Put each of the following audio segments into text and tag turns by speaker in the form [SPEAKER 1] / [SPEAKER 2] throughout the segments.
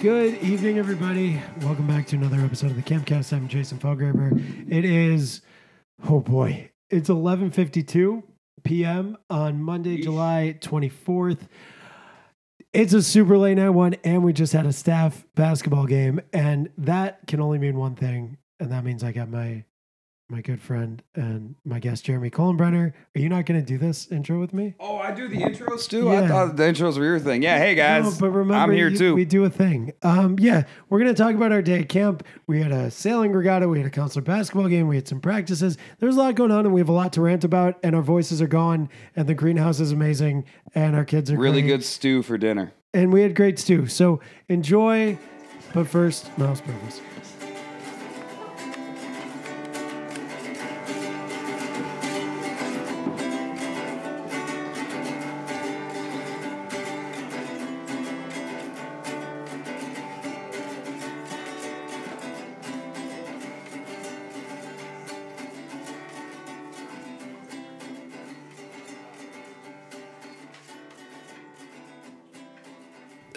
[SPEAKER 1] Good evening, everybody. Welcome back to another episode of the Campcast. I'm Jason Felgraber. It is, oh boy, it's 11:52 p.m. on Monday,
[SPEAKER 2] Yeesh.
[SPEAKER 1] July 24th. It's a super late night one, and we just had a staff basketball game, and that can only mean one thing, and that means I got my my good friend and my guest Jeremy Kohlenbrenner. Are you not going to do this intro with me?
[SPEAKER 2] Oh, I do the intros too.
[SPEAKER 1] Yeah.
[SPEAKER 2] I thought the intros were your thing. Yeah, hey guys,
[SPEAKER 1] No, but remember,
[SPEAKER 2] I'm here
[SPEAKER 1] you-
[SPEAKER 2] too.
[SPEAKER 1] We do a thing. Um, yeah, we're gonna talk about our day at camp. We had a sailing regatta. We had a counselor basketball game. We had some practices. There's a lot going on, and we have a lot to rant about. And our voices are gone. And the greenhouse is amazing. And our kids are
[SPEAKER 2] really
[SPEAKER 1] great,
[SPEAKER 2] good stew for dinner.
[SPEAKER 1] And we had great stew. So enjoy. But first, mouse burgers.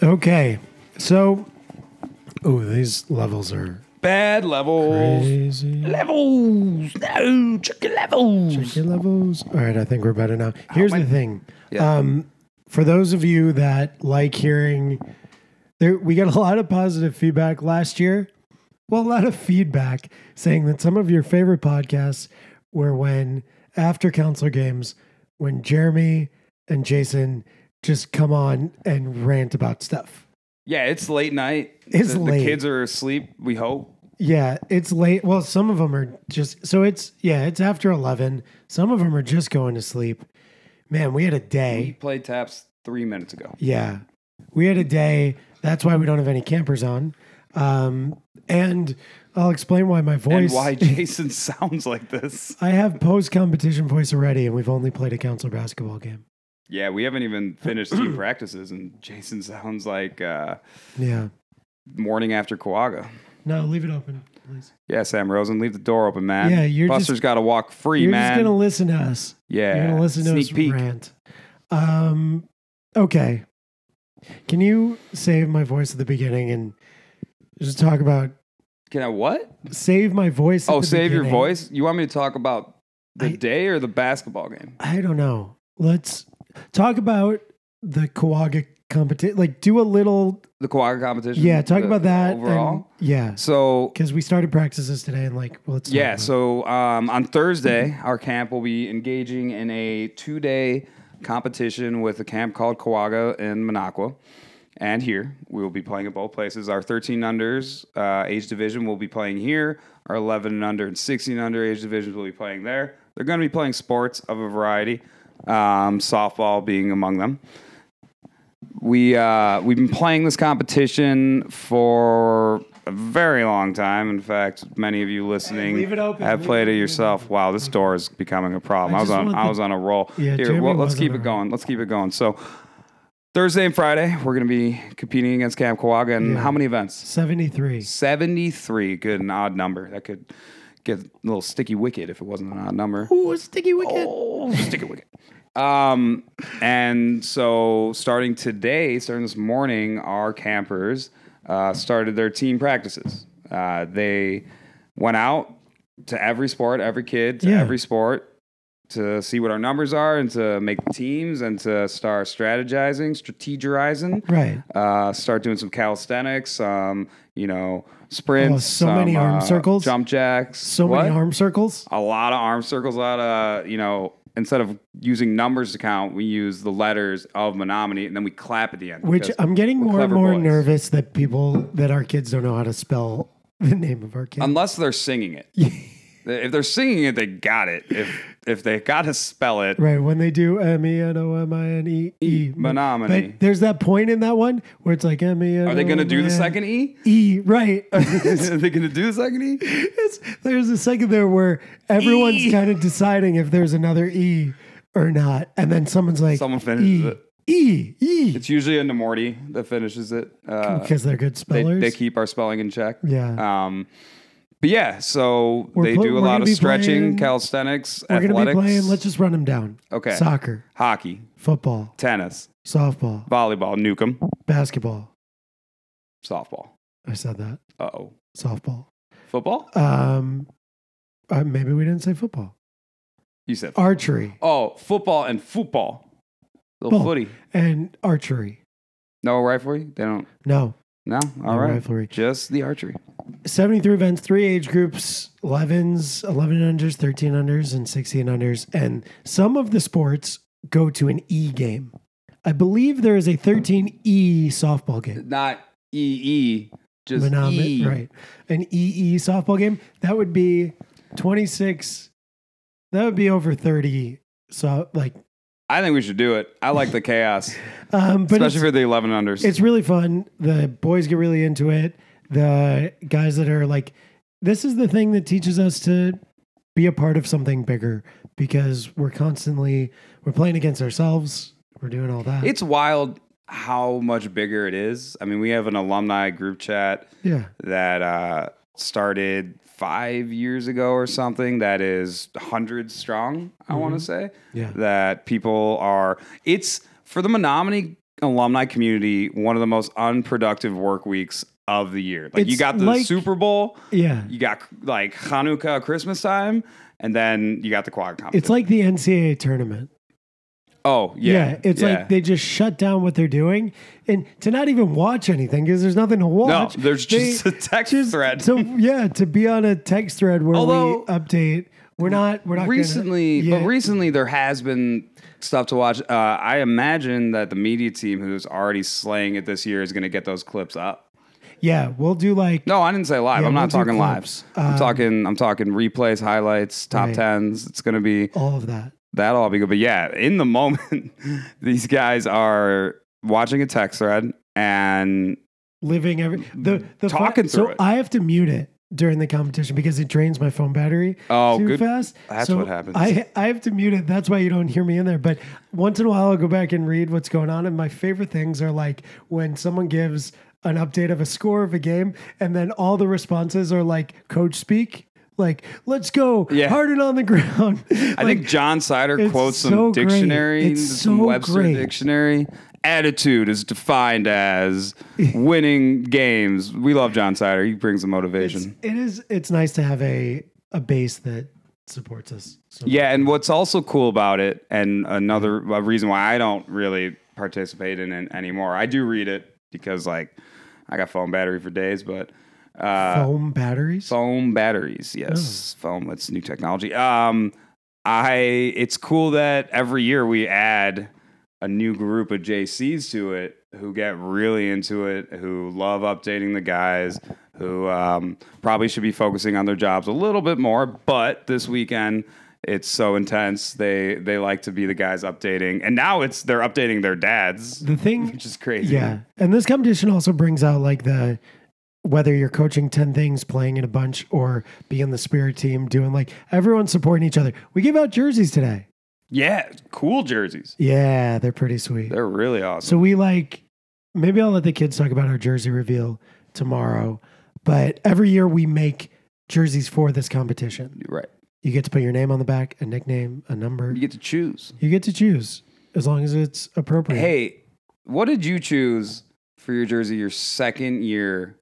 [SPEAKER 1] Okay, so oh, these levels are
[SPEAKER 2] Bad levels.
[SPEAKER 1] crazy.
[SPEAKER 2] Levels. No, chicken levels.
[SPEAKER 1] Your levels. All right, I think we're better now. Here's the thing.
[SPEAKER 2] Yeah.
[SPEAKER 1] Um, for those of you that like hearing, there we got a lot of positive feedback last year. Well, a lot of feedback saying that some of your favorite podcasts were when after counselor games, when Jeremy and Jason just come on and rant about stuff.
[SPEAKER 2] Yeah, it's late night.
[SPEAKER 1] It's
[SPEAKER 2] the,
[SPEAKER 1] late.
[SPEAKER 2] The kids are asleep. We hope.
[SPEAKER 1] Yeah, it's late. Well, some of them are just so it's yeah, it's after eleven. Some of them are just going to sleep. Man, we had a day.
[SPEAKER 2] We played taps three minutes ago.
[SPEAKER 1] Yeah. We had a day. That's why we don't have any campers on. Um, and I'll explain why my
[SPEAKER 2] And
[SPEAKER 1] voice.
[SPEAKER 2] why Jason sounds like this?
[SPEAKER 1] I have post competition voice already, and we've only played a council basketball game.
[SPEAKER 2] Yeah, we haven't even finished team practices, and Jason sounds like uh,
[SPEAKER 1] Yeah.
[SPEAKER 2] morning after Kawaga.
[SPEAKER 1] No, leave it open, please.
[SPEAKER 2] Yeah, Sam Rosen, leave the door open, man.
[SPEAKER 1] Yeah, you're just-
[SPEAKER 2] Buster's got to walk free,
[SPEAKER 1] You're
[SPEAKER 2] man.
[SPEAKER 1] just going to listen to us.
[SPEAKER 2] yeah,
[SPEAKER 1] You're going to listen to
[SPEAKER 2] sneak
[SPEAKER 1] us
[SPEAKER 2] peek.
[SPEAKER 1] rant. Um, okay. Can you save my voice at the beginning and just talk about
[SPEAKER 2] Can I what?
[SPEAKER 1] save my voice? at
[SPEAKER 2] Oh,
[SPEAKER 1] the
[SPEAKER 2] save your
[SPEAKER 1] beginning?
[SPEAKER 2] voice. You want me to talk about the
[SPEAKER 1] I-
[SPEAKER 2] day or the basketball game?
[SPEAKER 1] I don't know. Let's talk about the Kawaga competition. Like, do a little,
[SPEAKER 2] The Kawaga competition.
[SPEAKER 1] yeah. Talk
[SPEAKER 2] The-
[SPEAKER 1] about that and-
[SPEAKER 2] overall.
[SPEAKER 1] yeah,
[SPEAKER 2] so
[SPEAKER 1] because we started practices today, and like, well, it's
[SPEAKER 2] yeah, so um, on Thursday, our camp will be engaging in a two-day competition with a camp called Kawaga in Minocqua. And here we will be playing at both places. Our 13 and unders uh, age division will be playing here. Our 11 and under and 16 and under age divisions will be playing there. They're going to be playing sports of a variety, um, softball being among them. we uh, we've been playing this competition for a very long time. In fact, many of you listening
[SPEAKER 1] leave it open,
[SPEAKER 2] have
[SPEAKER 1] leave
[SPEAKER 2] played
[SPEAKER 1] it
[SPEAKER 2] it,
[SPEAKER 1] open.
[SPEAKER 2] yourself. Wow, this door is becoming a problem.
[SPEAKER 1] I
[SPEAKER 2] I, was
[SPEAKER 1] just
[SPEAKER 2] on
[SPEAKER 1] want
[SPEAKER 2] I
[SPEAKER 1] the-
[SPEAKER 2] was on a roll.
[SPEAKER 1] Yeah,
[SPEAKER 2] Here,
[SPEAKER 1] Jeremy
[SPEAKER 2] well,
[SPEAKER 1] was
[SPEAKER 2] let's
[SPEAKER 1] on
[SPEAKER 2] keep
[SPEAKER 1] a
[SPEAKER 2] it
[SPEAKER 1] roll.
[SPEAKER 2] going. Let's keep it going. So Thursday and Friday, we're going to be competing against Camp Kawaga. And how many events?
[SPEAKER 1] seventy three.
[SPEAKER 2] 73. Good, an odd number. That could get a little sticky wicket if it wasn't an odd number.
[SPEAKER 1] Ooh, a sticky wicket.
[SPEAKER 2] Oh, stick it with it. Um, and so starting today, starting this morning, our campers uh, started their team practices. Uh, they went out to every sport, every kid, to
[SPEAKER 1] Yeah.
[SPEAKER 2] every sport to see what our numbers are and to make the teams and to start strategizing, strategizing.
[SPEAKER 1] Right.
[SPEAKER 2] Uh, start doing some calisthenics, um, you know, sprints,
[SPEAKER 1] Oh, so many
[SPEAKER 2] some,
[SPEAKER 1] arm
[SPEAKER 2] uh,
[SPEAKER 1] circles.
[SPEAKER 2] jump jacks,
[SPEAKER 1] So
[SPEAKER 2] What?
[SPEAKER 1] many arm circles.
[SPEAKER 2] a lot of arm circles, a lot of, you know, instead of using numbers to count, we use the letters of Menominee and then we clap at the end.
[SPEAKER 1] Which um,
[SPEAKER 2] because
[SPEAKER 1] I'm getting
[SPEAKER 2] we're
[SPEAKER 1] more and
[SPEAKER 2] clever
[SPEAKER 1] more
[SPEAKER 2] boys.
[SPEAKER 1] nervous that people that our kids don't know how to spell the name of our kid.
[SPEAKER 2] Unless they're singing it. if they're singing it, they got it. If if they got to spell it,
[SPEAKER 1] Right when they do M E N O M I N E E
[SPEAKER 2] Menominee.
[SPEAKER 1] but there's that point in that one where it's like M E N.
[SPEAKER 2] are they going to do the second E?
[SPEAKER 1] E? Right.
[SPEAKER 2] are they going to do the second E?
[SPEAKER 1] It's, there's a second there where everyone's
[SPEAKER 2] E.
[SPEAKER 1] kind of deciding if there's another E or not, and then someone's like,
[SPEAKER 2] Someone finishes
[SPEAKER 1] e,
[SPEAKER 2] it.
[SPEAKER 1] E E
[SPEAKER 2] It's usually a Morty that finishes it. Uh,
[SPEAKER 1] because they're good
[SPEAKER 2] they,
[SPEAKER 1] spellers.
[SPEAKER 2] they keep our spelling in check.
[SPEAKER 1] yeah,
[SPEAKER 2] Um, but yeah, so
[SPEAKER 1] We're
[SPEAKER 2] they
[SPEAKER 1] pl-
[SPEAKER 2] do
[SPEAKER 1] we're
[SPEAKER 2] a
[SPEAKER 1] gonna
[SPEAKER 2] lot of
[SPEAKER 1] be
[SPEAKER 2] stretching,
[SPEAKER 1] playing-
[SPEAKER 2] calisthenics,
[SPEAKER 1] we're gonna be
[SPEAKER 2] athletics,
[SPEAKER 1] playing. Let's just run them down.
[SPEAKER 2] Okay.
[SPEAKER 1] soccer,
[SPEAKER 2] hockey,
[SPEAKER 1] football,
[SPEAKER 2] tennis,
[SPEAKER 1] softball,
[SPEAKER 2] volleyball, nuke 'em.
[SPEAKER 1] basketball,
[SPEAKER 2] Softball.
[SPEAKER 1] I said that
[SPEAKER 2] Uh oh.
[SPEAKER 1] softball.
[SPEAKER 2] Football?
[SPEAKER 1] Um, uh, maybe we didn't say football.
[SPEAKER 2] You said.
[SPEAKER 1] Archery
[SPEAKER 2] Oh, football and football. Little
[SPEAKER 1] Ball.
[SPEAKER 2] footy.
[SPEAKER 1] and archery.
[SPEAKER 2] No rivalry? They don't.
[SPEAKER 1] No,
[SPEAKER 2] No?
[SPEAKER 1] no
[SPEAKER 2] All right.
[SPEAKER 1] rivalry.
[SPEAKER 2] Just the archery.
[SPEAKER 1] 73 events, three age groups 11s, 11 unders, 13 unders, and 16 unders. And some of the sports go to an E game. I believe there is a 13E softball game.
[SPEAKER 2] Not EE, just
[SPEAKER 1] Monomi-
[SPEAKER 2] E.
[SPEAKER 1] Right. An EE softball game. That would be 26. That would be over 30. So, like,
[SPEAKER 2] I think we should do it. I like the chaos,
[SPEAKER 1] um, but it's,
[SPEAKER 2] especially for the 11 unders.
[SPEAKER 1] it's really fun. The boys get really into it. The guys that are like, this is the thing that teaches us to be a part of something bigger because we're constantly we're playing against ourselves. We're doing all that.
[SPEAKER 2] It's wild how much bigger it is. I mean, we have an alumni group chat
[SPEAKER 1] yeah,
[SPEAKER 2] that uh, started five years ago or something that is hundreds strong, I want to say.
[SPEAKER 1] Mm-hmm. yeah,
[SPEAKER 2] That people are, it's for the Menominee alumni community, one of the most unproductive work weeks of the year. Like, you
[SPEAKER 1] It's
[SPEAKER 2] got the
[SPEAKER 1] like-
[SPEAKER 2] Super Bowl,
[SPEAKER 1] yeah.
[SPEAKER 2] you got like Hanukkah, Christmas time, and then you got the quad competition.
[SPEAKER 1] It's like the NCAA tournament.
[SPEAKER 2] oh, yeah.
[SPEAKER 1] Yeah, it's
[SPEAKER 2] yeah.
[SPEAKER 1] like they just shut down what they're doing and to not even watch anything because there's nothing to
[SPEAKER 2] no,
[SPEAKER 1] watch.
[SPEAKER 2] there's
[SPEAKER 1] They-
[SPEAKER 2] just a text thread.
[SPEAKER 1] so yeah, to be on a text thread where
[SPEAKER 2] Although-
[SPEAKER 1] we update, we're not we're not gonna-
[SPEAKER 2] recently,
[SPEAKER 1] Yeah.
[SPEAKER 2] but recently there has been stuff to watch. Uh, I imagine that the media team, who's already slaying it this year, is going to get those clips up.
[SPEAKER 1] yeah, we'll do like
[SPEAKER 2] No, I didn't say live.
[SPEAKER 1] Yeah,
[SPEAKER 2] I'm
[SPEAKER 1] we'll
[SPEAKER 2] not
[SPEAKER 1] do
[SPEAKER 2] talking
[SPEAKER 1] clips.
[SPEAKER 2] lives. I'm
[SPEAKER 1] Um,
[SPEAKER 2] talking. I'm talking replays, highlights, top
[SPEAKER 1] Right.
[SPEAKER 2] tens. It's going to be
[SPEAKER 1] all of that.
[SPEAKER 2] that'll all be good. But yeah, in the moment, these guys are watching a text thread and
[SPEAKER 1] Living every the the fu-
[SPEAKER 2] Mm-hmm. Talking
[SPEAKER 1] so
[SPEAKER 2] through it.
[SPEAKER 1] I have to mute it during the competition because it drains my phone battery
[SPEAKER 2] Oh,
[SPEAKER 1] too
[SPEAKER 2] good.
[SPEAKER 1] fast.
[SPEAKER 2] That's
[SPEAKER 1] So
[SPEAKER 2] what happens.
[SPEAKER 1] I I have to mute it. That's why you don't hear me in there. But once in a while, I'll go back and read what's going on. And my favorite things are like when someone gives an update of a score of a game, and then all the responses are like coach speak, like "Let's go,
[SPEAKER 2] Yeah.
[SPEAKER 1] hard it on the ground."
[SPEAKER 2] I think John Sider
[SPEAKER 1] it's
[SPEAKER 2] quotes
[SPEAKER 1] so
[SPEAKER 2] some
[SPEAKER 1] great.
[SPEAKER 2] dictionary,
[SPEAKER 1] It's
[SPEAKER 2] some
[SPEAKER 1] so
[SPEAKER 2] Webster
[SPEAKER 1] great.
[SPEAKER 2] dictionary. Attitude is defined as winning games. We love John Sider. He brings the
[SPEAKER 1] it's,
[SPEAKER 2] motivation.
[SPEAKER 1] it is. It's nice to have a a base that supports us. So
[SPEAKER 2] Yeah, and what's also cool about it, and another a reason why I don't really participate in it anymore. I do read it because like I got phone battery for days, but uh,
[SPEAKER 1] foam batteries.
[SPEAKER 2] foam batteries. Yes, foam. It's new technology. Um, I. It's cool that every year we add a new group of JCs to it who get really into it, who love updating the guys, who um, probably should be focusing on their jobs a little bit more. But this weekend. It's so intense. They they like to be the guys updating, and now it's they're updating their dads,
[SPEAKER 1] The thing
[SPEAKER 2] which is crazy.
[SPEAKER 1] Yeah. And this competition also brings out like the whether you're coaching 10 things, playing in a bunch, or being the spirit team, doing like everyone supporting each other. We give out jerseys today.
[SPEAKER 2] yeah, cool jerseys.
[SPEAKER 1] Yeah, they're pretty sweet.
[SPEAKER 2] They're really awesome.
[SPEAKER 1] So we like, maybe I'll let the kids talk about our jersey reveal tomorrow, but every year we make jerseys for this competition.
[SPEAKER 2] right,
[SPEAKER 1] You get to put your name on the back, a nickname, a number.
[SPEAKER 2] you get to choose.
[SPEAKER 1] You get to choose as long as it's appropriate.
[SPEAKER 2] Hey, what did you choose for your jersey your second year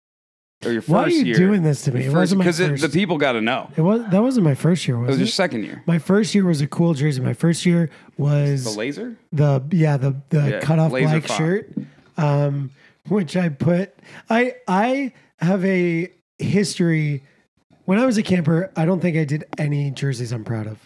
[SPEAKER 2] or your first
[SPEAKER 1] why are you
[SPEAKER 2] year?
[SPEAKER 1] doing this to me? It wasn't my
[SPEAKER 2] Because
[SPEAKER 1] first.
[SPEAKER 2] the people got to know.
[SPEAKER 1] it was that wasn't my first year, was
[SPEAKER 2] It was
[SPEAKER 1] it?
[SPEAKER 2] your second year.
[SPEAKER 1] My first year was a cool jersey. My first year
[SPEAKER 2] The
[SPEAKER 1] was
[SPEAKER 2] laser?
[SPEAKER 1] the yeah the the
[SPEAKER 2] Yeah,
[SPEAKER 1] cutoff
[SPEAKER 2] laser
[SPEAKER 1] black
[SPEAKER 2] font.
[SPEAKER 1] shirt, um, which I put. I I have a history. When I was a camper, I don't think I did any jerseys I'm proud of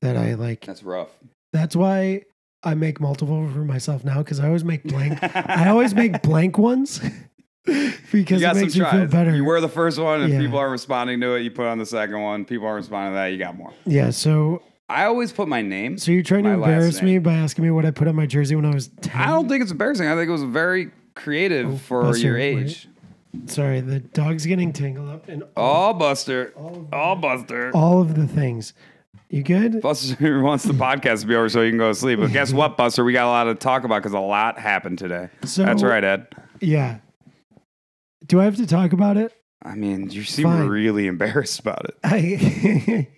[SPEAKER 1] that I like.
[SPEAKER 2] That's rough.
[SPEAKER 1] That's why I make multiple for myself now because I always make blank. I always make blank ones because
[SPEAKER 2] You
[SPEAKER 1] it
[SPEAKER 2] got some
[SPEAKER 1] makes me feel
[SPEAKER 2] tries.
[SPEAKER 1] better.
[SPEAKER 2] You wear the first one, and
[SPEAKER 1] Yeah.
[SPEAKER 2] people aren't responding to it. You put on the second one. People aren't responding to that. You got more.
[SPEAKER 1] yeah. So
[SPEAKER 2] I always put my name.
[SPEAKER 1] so you're trying to
[SPEAKER 2] My last
[SPEAKER 1] embarrass me
[SPEAKER 2] name.
[SPEAKER 1] by asking me what I put on my jersey when I was ten.
[SPEAKER 2] I don't think it's embarrassing. I think it was very creative for
[SPEAKER 1] Oh, Buster,
[SPEAKER 2] your
[SPEAKER 1] wait.
[SPEAKER 2] age.
[SPEAKER 1] Sorry, the dog's getting tangled up in
[SPEAKER 2] All Buster. All Buster.
[SPEAKER 1] all of the things. You good?
[SPEAKER 2] Buster wants the podcast to be over so he can go to sleep. But guess what, Buster? We got a lot to talk about because a lot happened today.
[SPEAKER 1] So-
[SPEAKER 2] That's right, Ed.
[SPEAKER 1] Yeah. Do I have to talk about it?
[SPEAKER 2] I mean, you seem
[SPEAKER 1] Fine.
[SPEAKER 2] really embarrassed about it.
[SPEAKER 1] I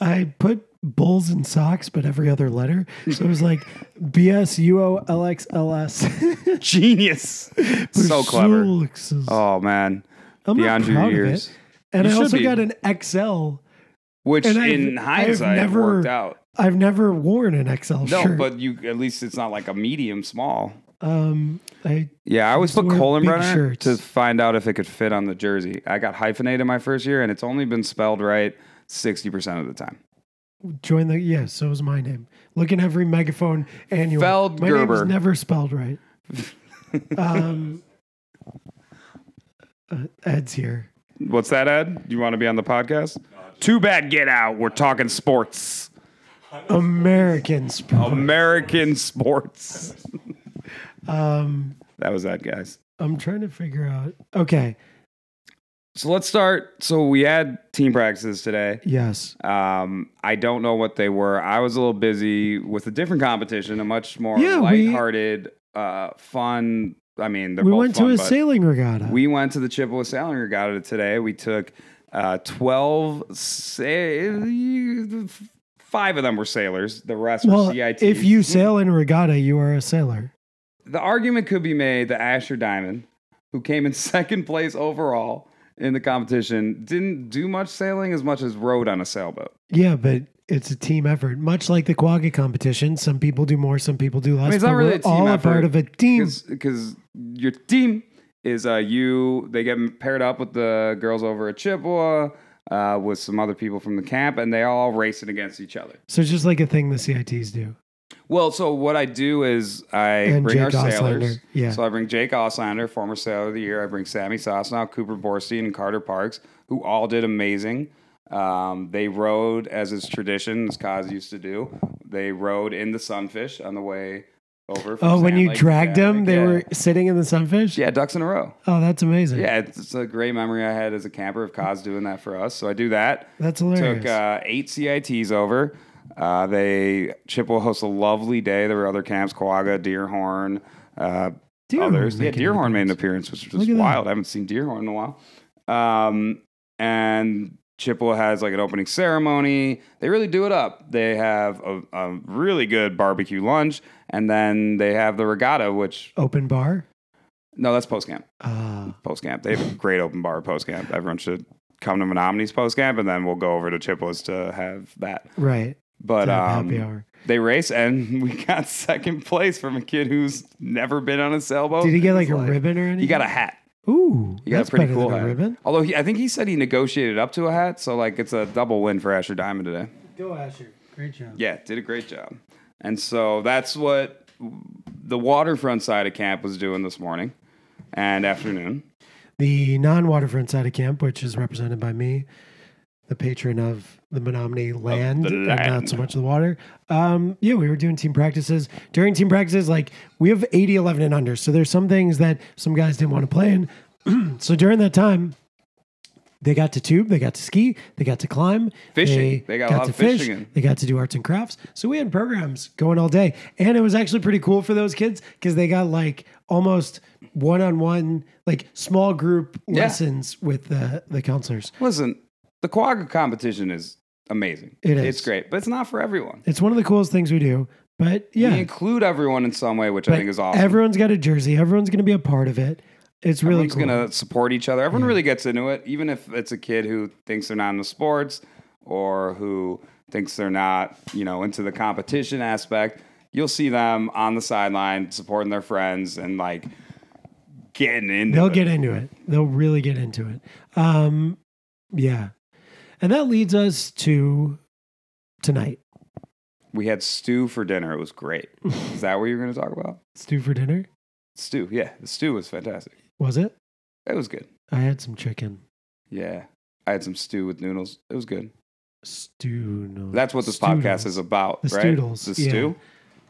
[SPEAKER 1] I put bulls and socks, but every other letter. So it was like B S U O L X L S.
[SPEAKER 2] Genius. so clever. Oh man.
[SPEAKER 1] I'm
[SPEAKER 2] Beyond
[SPEAKER 1] not
[SPEAKER 2] your
[SPEAKER 1] proud
[SPEAKER 2] years.
[SPEAKER 1] of it. And
[SPEAKER 2] You
[SPEAKER 1] I
[SPEAKER 2] should
[SPEAKER 1] also
[SPEAKER 2] be.
[SPEAKER 1] got an XL.
[SPEAKER 2] Which
[SPEAKER 1] And I've-
[SPEAKER 2] in
[SPEAKER 1] I've
[SPEAKER 2] hindsight
[SPEAKER 1] never-
[SPEAKER 2] worked out.
[SPEAKER 1] I've never worn an XL
[SPEAKER 2] No,
[SPEAKER 1] shirt.
[SPEAKER 2] but you at least it's not like a medium small.
[SPEAKER 1] um, I
[SPEAKER 2] Yeah, I always
[SPEAKER 1] Just
[SPEAKER 2] put
[SPEAKER 1] wear big
[SPEAKER 2] Kohlenbrenner
[SPEAKER 1] shirts.
[SPEAKER 2] to find out if it could fit on the jersey. I got hyphenated my first year, and it's only been spelled right sixty percent of the time.
[SPEAKER 1] joined the yeah. So was my name. Look in every megaphone annual.
[SPEAKER 2] Feld
[SPEAKER 1] my name
[SPEAKER 2] Gerber.
[SPEAKER 1] is never spelled right. um, uh, Ed's here.
[SPEAKER 2] What's that, Ed? You want to be on the podcast? Too bad. Get out. We're talking sports.
[SPEAKER 1] American sport.
[SPEAKER 2] Um, American sports.
[SPEAKER 1] Um,
[SPEAKER 2] That was that, guys.
[SPEAKER 1] I'm trying to figure out. Okay.
[SPEAKER 2] So let's start. So we had team practices today.
[SPEAKER 1] Yes.
[SPEAKER 2] Um, I don't know what they were. I was a little busy with a different competition, a much more
[SPEAKER 1] Yeah, we-
[SPEAKER 2] lighthearted, uh, fun. I mean, they're
[SPEAKER 1] We
[SPEAKER 2] both
[SPEAKER 1] went
[SPEAKER 2] fun,
[SPEAKER 1] to a
[SPEAKER 2] but-
[SPEAKER 1] sailing regatta.
[SPEAKER 2] We went to the Chippewa Sailing Regatta today. We took uh, 12, sa- five of them were sailors. The rest
[SPEAKER 1] well,
[SPEAKER 2] were CIT.
[SPEAKER 1] if you sail in a regatta, you are a sailor.
[SPEAKER 2] the argument could be made that Asher Diamond, who came in second place overall in the competition, didn't do much sailing as much as rowed on a sailboat.
[SPEAKER 1] Yeah, but it's a team effort. Much like the quagga competition, some people do more, some people do less.
[SPEAKER 2] it's not
[SPEAKER 1] but
[SPEAKER 2] really
[SPEAKER 1] we're
[SPEAKER 2] a team
[SPEAKER 1] all a
[SPEAKER 2] effort,
[SPEAKER 1] part of a team.
[SPEAKER 2] Because your team is uh, you, they get paired up with the girls over at Chippewa. Uh, with some other people from the camp, and they all racing against each other.
[SPEAKER 1] So it's just like a thing the CITs do.
[SPEAKER 2] Well, so what I do is I
[SPEAKER 1] And
[SPEAKER 2] bring
[SPEAKER 1] Jake
[SPEAKER 2] our
[SPEAKER 1] Auslander,
[SPEAKER 2] sailors.
[SPEAKER 1] yeah.
[SPEAKER 2] So I bring Jake Oslander, former Sailor of the Year. I bring Sammy Sosnow, Cooper Borstein, and Carter Parks, who all did amazing. Um, they rode, as is tradition, as Kaz used to do. They rode in the sunfish on the way over. from
[SPEAKER 1] Oh, when
[SPEAKER 2] Sand
[SPEAKER 1] you
[SPEAKER 2] Lake to
[SPEAKER 1] dragged
[SPEAKER 2] Sand
[SPEAKER 1] them,
[SPEAKER 2] Lake.
[SPEAKER 1] they
[SPEAKER 2] uh, Yeah.
[SPEAKER 1] were sitting in the sunfish?
[SPEAKER 2] yeah, ducks in a row.
[SPEAKER 1] Oh, that's amazing.
[SPEAKER 2] Yeah, it's, it's a great memory I had as a camper of Kaz doing that for us. So I do that
[SPEAKER 1] That's hilarious.
[SPEAKER 2] took uh, eight CITs over. Uh, they Chippewa hosts a lovely day. There were other camps: Coaga, Deerhorn, uh,
[SPEAKER 1] Deerhorn
[SPEAKER 2] others. Yeah,
[SPEAKER 1] making an
[SPEAKER 2] Deerhorn made an
[SPEAKER 1] appearance.
[SPEAKER 2] appearance, which
[SPEAKER 1] Look
[SPEAKER 2] was
[SPEAKER 1] at that.
[SPEAKER 2] wild. I haven't seen Deerhorn in a while. Um, and Chippewa has like an opening ceremony. They really do it up. They have a, a really good barbecue lunch, and then they have the regatta, which
[SPEAKER 1] Open bar?
[SPEAKER 2] no, that's post camp
[SPEAKER 1] Uh,
[SPEAKER 2] post camp. They have a great open bar post camp. Everyone should come to Menominee's post camp, and then we'll go over to Chippewa's to have that.
[SPEAKER 1] right.
[SPEAKER 2] But
[SPEAKER 1] To have
[SPEAKER 2] um,
[SPEAKER 1] happy hour.
[SPEAKER 2] they race, and we got second place from a kid who's never been on a sailboat.
[SPEAKER 1] Did he get
[SPEAKER 2] in
[SPEAKER 1] like
[SPEAKER 2] his
[SPEAKER 1] a
[SPEAKER 2] life.
[SPEAKER 1] ribbon or anything?
[SPEAKER 2] He got a hat.
[SPEAKER 1] Ooh,
[SPEAKER 2] He got
[SPEAKER 1] that's
[SPEAKER 2] a pretty
[SPEAKER 1] better
[SPEAKER 2] cool
[SPEAKER 1] than
[SPEAKER 2] hat.
[SPEAKER 1] a ribbon.
[SPEAKER 2] Although he, I think he said he negotiated up to a hat, so like it's a double win for Asher Diamond today.
[SPEAKER 1] Go Asher. Great job.
[SPEAKER 2] Yeah, did a great job. And so that's what the waterfront side of camp was doing this morning and afternoon.
[SPEAKER 1] the non-waterfront side of camp, which is represented by me, the patron of the Menominee land,
[SPEAKER 2] the
[SPEAKER 1] and not
[SPEAKER 2] land.
[SPEAKER 1] so much the water. Um, yeah, we were doing team practices. During team practices, like we have 80, 11, and under. So there's some things that some guys didn't want to play in. so during that time, they got to tube, they got to ski, they got to climb,
[SPEAKER 2] Fishing. They got a lot
[SPEAKER 1] to
[SPEAKER 2] of fishing in.
[SPEAKER 1] they got to do arts and crafts. So we had programs going all day. And it was actually pretty cool for those kids because they got like almost one on one, like small group
[SPEAKER 2] Yeah.
[SPEAKER 1] lessons with the, the counselors.
[SPEAKER 2] Listen, the quagga competition is amazing.
[SPEAKER 1] It is.
[SPEAKER 2] It's great, but it's not for everyone.
[SPEAKER 1] It's one of the coolest things we do. But yeah,
[SPEAKER 2] We include everyone in some way, which I
[SPEAKER 1] but
[SPEAKER 2] think is awesome.
[SPEAKER 1] everyone's got a jersey, everyone's going to be a part of it. It's really
[SPEAKER 2] Everyone's
[SPEAKER 1] cool.
[SPEAKER 2] gonna support each other. Everyone really gets into it, even if it's a kid who thinks they're not into sports or who thinks they're not, you know, into the competition aspect. You'll see them on the sideline supporting their friends and like getting into
[SPEAKER 1] They'll
[SPEAKER 2] it.
[SPEAKER 1] get into it. They'll really get into it. Um, yeah. And that leads us to tonight.
[SPEAKER 2] we had stew for dinner. It was great. is that what you're gonna talk about?
[SPEAKER 1] Stew for dinner.
[SPEAKER 2] Stew. Yeah, the stew was fantastic.
[SPEAKER 1] Was it?
[SPEAKER 2] It was good.
[SPEAKER 1] I had some chicken
[SPEAKER 2] Yeah, I had some stew with noodles. It was good.
[SPEAKER 1] Mm. stew. No,
[SPEAKER 2] That's what this
[SPEAKER 1] stoodle.
[SPEAKER 2] podcast is about,
[SPEAKER 1] The
[SPEAKER 2] right?
[SPEAKER 1] stoodles,
[SPEAKER 2] The
[SPEAKER 1] yeah.
[SPEAKER 2] stew,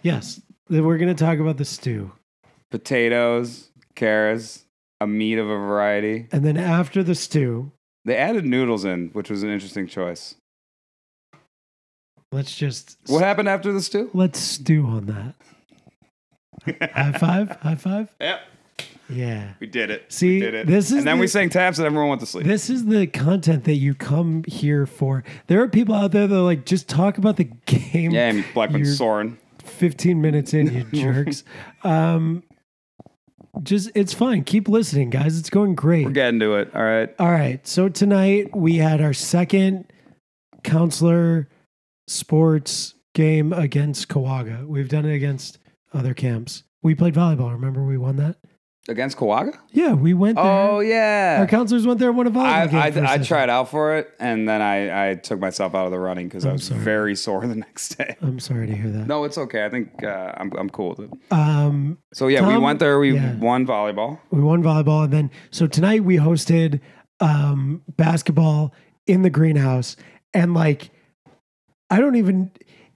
[SPEAKER 1] Yes, Then we're going to talk about the stew,
[SPEAKER 2] potatoes, carrots, a meat of a variety.
[SPEAKER 1] and then after the stew,
[SPEAKER 2] They added noodles in, which was an interesting choice.
[SPEAKER 1] let's just
[SPEAKER 2] What happened after the stew?
[SPEAKER 1] let's stew on that. high five! High five!
[SPEAKER 2] Yep.
[SPEAKER 1] Yeah.
[SPEAKER 2] We did it.
[SPEAKER 1] See,
[SPEAKER 2] we did it.
[SPEAKER 1] this is
[SPEAKER 2] and then we
[SPEAKER 1] the-
[SPEAKER 2] sang taps, and everyone went to sleep.
[SPEAKER 1] This is the content that you come here for. There are people out there that are like just talk about the game.
[SPEAKER 2] yeah, and Blackman
[SPEAKER 1] You're
[SPEAKER 2] Soren.
[SPEAKER 1] 15 minutes in, you jerks. Um, just it's fine. Keep listening, guys. It's going
[SPEAKER 2] We're
[SPEAKER 1] great.
[SPEAKER 2] getting to it. All right.
[SPEAKER 1] All right. So tonight we had our second counselor sports game against Kawaga. We've done it against other camps. We played volleyball. Remember we won that?
[SPEAKER 2] Against Kawaga?
[SPEAKER 1] Yeah, we went there.
[SPEAKER 2] Oh, yeah.
[SPEAKER 1] Our counselors went there and won a volleyball
[SPEAKER 2] I,
[SPEAKER 1] game. for a
[SPEAKER 2] I, I
[SPEAKER 1] session.
[SPEAKER 2] tried out for it, and then I, I took myself out of the running because I
[SPEAKER 1] I'm
[SPEAKER 2] was
[SPEAKER 1] sorry.
[SPEAKER 2] very sore the next day.
[SPEAKER 1] I'm sorry to hear that.
[SPEAKER 2] No, it's okay. I think uh, I'm, I'm cool with it.
[SPEAKER 1] Um,
[SPEAKER 2] So, yeah, we
[SPEAKER 1] Tom-
[SPEAKER 2] went there. We
[SPEAKER 1] yeah.
[SPEAKER 2] won volleyball.
[SPEAKER 1] we won volleyball and then so tonight we hosted um basketball in the greenhouse and like i don't even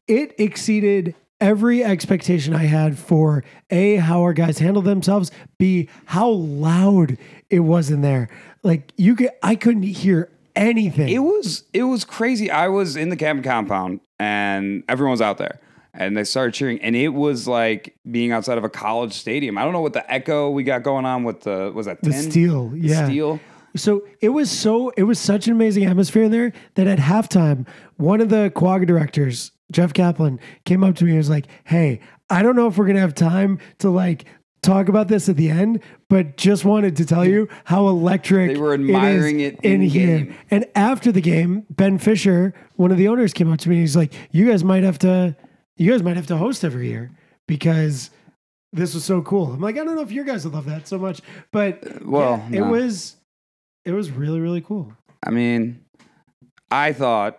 [SPEAKER 1] it exceeded every expectation i had for a how our guys handled themselves b how loud it was in there like you could i couldn't hear anything
[SPEAKER 2] It was it was crazy. I was in the cabin compound and everyone was out there and they started cheering and it was like being outside of a college stadium. I don't know what the echo we got going on with the was that
[SPEAKER 1] the
[SPEAKER 2] 10?
[SPEAKER 1] steel yeah
[SPEAKER 2] steel.
[SPEAKER 1] So it was so it was such an amazing atmosphere in there that at halftime, one of the Quagga directors, Jeff Kaplan, came up to me and was like, "Hey, I don't know if we're gonna have time to like talk about this at the end, but just wanted to tell you how electric
[SPEAKER 2] They were
[SPEAKER 1] it is
[SPEAKER 2] admiring it
[SPEAKER 1] in
[SPEAKER 2] in-game.
[SPEAKER 1] here." And after the game, Ben Fisher, one of the owners, came up to me and he's like, "You guys might have to, you guys might have to host every year because." This was so cool. I'm like, I don't know if your guys would love that so much, but
[SPEAKER 2] Well,
[SPEAKER 1] it
[SPEAKER 2] no.
[SPEAKER 1] was it was really really cool.
[SPEAKER 2] I mean, I thought,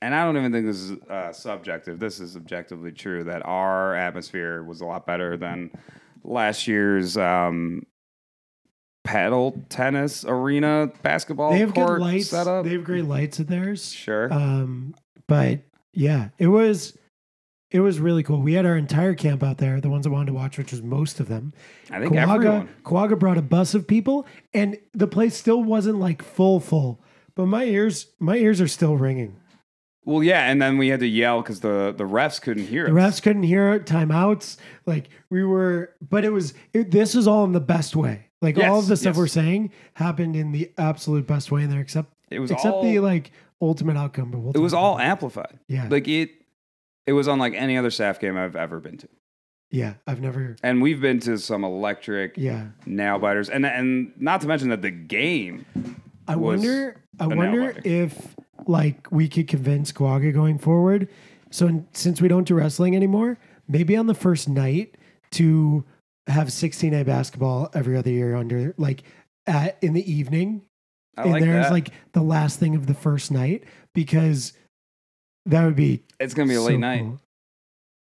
[SPEAKER 2] and I don't even think this is uh, subjective. This is objectively true that our atmosphere was a lot better than last year's um, paddle tennis arena basketball
[SPEAKER 1] they have good
[SPEAKER 2] court
[SPEAKER 1] lights.
[SPEAKER 2] setup.
[SPEAKER 1] They have great lights at theirs.
[SPEAKER 2] sure.
[SPEAKER 1] Um, but yeah, it was it was really cool. We had our entire camp out there. The ones I wanted to watch, which was most of them.
[SPEAKER 2] I think everyone.
[SPEAKER 1] Kawaga brought a bus of people, and the place still wasn't like full full. But my ears, my ears are still ringing.
[SPEAKER 2] Well, yeah, and then we had to yell because the, the refs couldn't hear
[SPEAKER 1] The
[SPEAKER 2] us.
[SPEAKER 1] refs couldn't hear it, timeouts. Like we were, but it was. It, this is all in the best way. Like all
[SPEAKER 2] Yes,
[SPEAKER 1] of the stuff
[SPEAKER 2] yes.
[SPEAKER 1] we're saying happened in the absolute best way in there, except
[SPEAKER 2] It was
[SPEAKER 1] except
[SPEAKER 2] all
[SPEAKER 1] the like ultimate outcome. But we'll
[SPEAKER 2] it was
[SPEAKER 1] talk
[SPEAKER 2] all
[SPEAKER 1] about
[SPEAKER 2] amplified.
[SPEAKER 1] it. yeah,
[SPEAKER 2] Like it, it was unlike any other staff game I've ever been to.
[SPEAKER 1] yeah. I've never,
[SPEAKER 2] And we've been to some electric
[SPEAKER 1] yeah.
[SPEAKER 2] nail biters, and and not to mention that the game.
[SPEAKER 1] I
[SPEAKER 2] was
[SPEAKER 1] wonder. I
[SPEAKER 2] an
[SPEAKER 1] wonder
[SPEAKER 2] outlier.
[SPEAKER 1] if like we could convince Quagga going forward. So in- since we don't do wrestling anymore, maybe on the first night to have 16A basketball every other year under like at, in the evening
[SPEAKER 2] I
[SPEAKER 1] and
[SPEAKER 2] like
[SPEAKER 1] there's
[SPEAKER 2] that.
[SPEAKER 1] like the last thing of the first night because that would be
[SPEAKER 2] it's gonna be a
[SPEAKER 1] so
[SPEAKER 2] late night.
[SPEAKER 1] cool.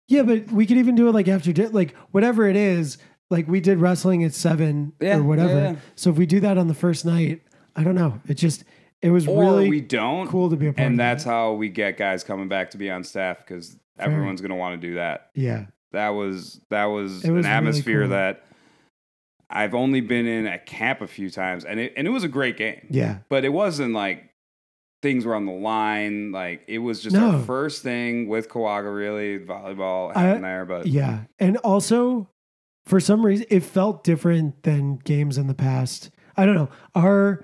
[SPEAKER 1] Yeah, but we could even do it like after di- like whatever it is. Like we did wrestling at seven
[SPEAKER 2] Yeah,
[SPEAKER 1] or whatever.
[SPEAKER 2] yeah, yeah.
[SPEAKER 1] So if we do that on the first night, I don't know. It just it was
[SPEAKER 2] Or
[SPEAKER 1] really
[SPEAKER 2] we don't,
[SPEAKER 1] cool to be a part of.
[SPEAKER 2] and that's
[SPEAKER 1] that.
[SPEAKER 2] how we get guys coming back to be on staff because everyone's gonna want to do that.
[SPEAKER 1] yeah.
[SPEAKER 2] That was that was,
[SPEAKER 1] It was really
[SPEAKER 2] an atmosphere
[SPEAKER 1] cool.
[SPEAKER 2] that I've only been in at camp a few times, and it and it was a great game,
[SPEAKER 1] Yeah.
[SPEAKER 2] but it wasn't like things were on the line. Like it was just
[SPEAKER 1] No.
[SPEAKER 2] our first thing with Kawaga, really volleyball
[SPEAKER 1] I-
[SPEAKER 2] happened there, but
[SPEAKER 1] Yeah. And also, for some reason, it felt different than games in the past. I don't know. Our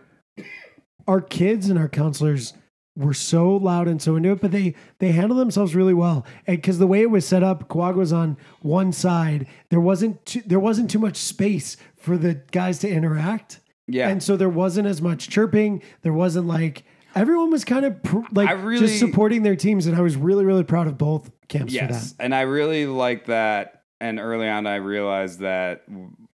[SPEAKER 1] our kids and our counselors were so loud and so into it, but they they handled themselves really well. And because the way it was set up, Quag was on one side. There wasn't too, there wasn't too much space for the guys to interact,
[SPEAKER 2] yeah.
[SPEAKER 1] and so there wasn't as much chirping. There wasn't like everyone was kind of pr- like
[SPEAKER 2] I really-
[SPEAKER 1] just supporting their teams, and I was really really proud of both camps for that.
[SPEAKER 2] Yes, and I really like that. And early on, I realized that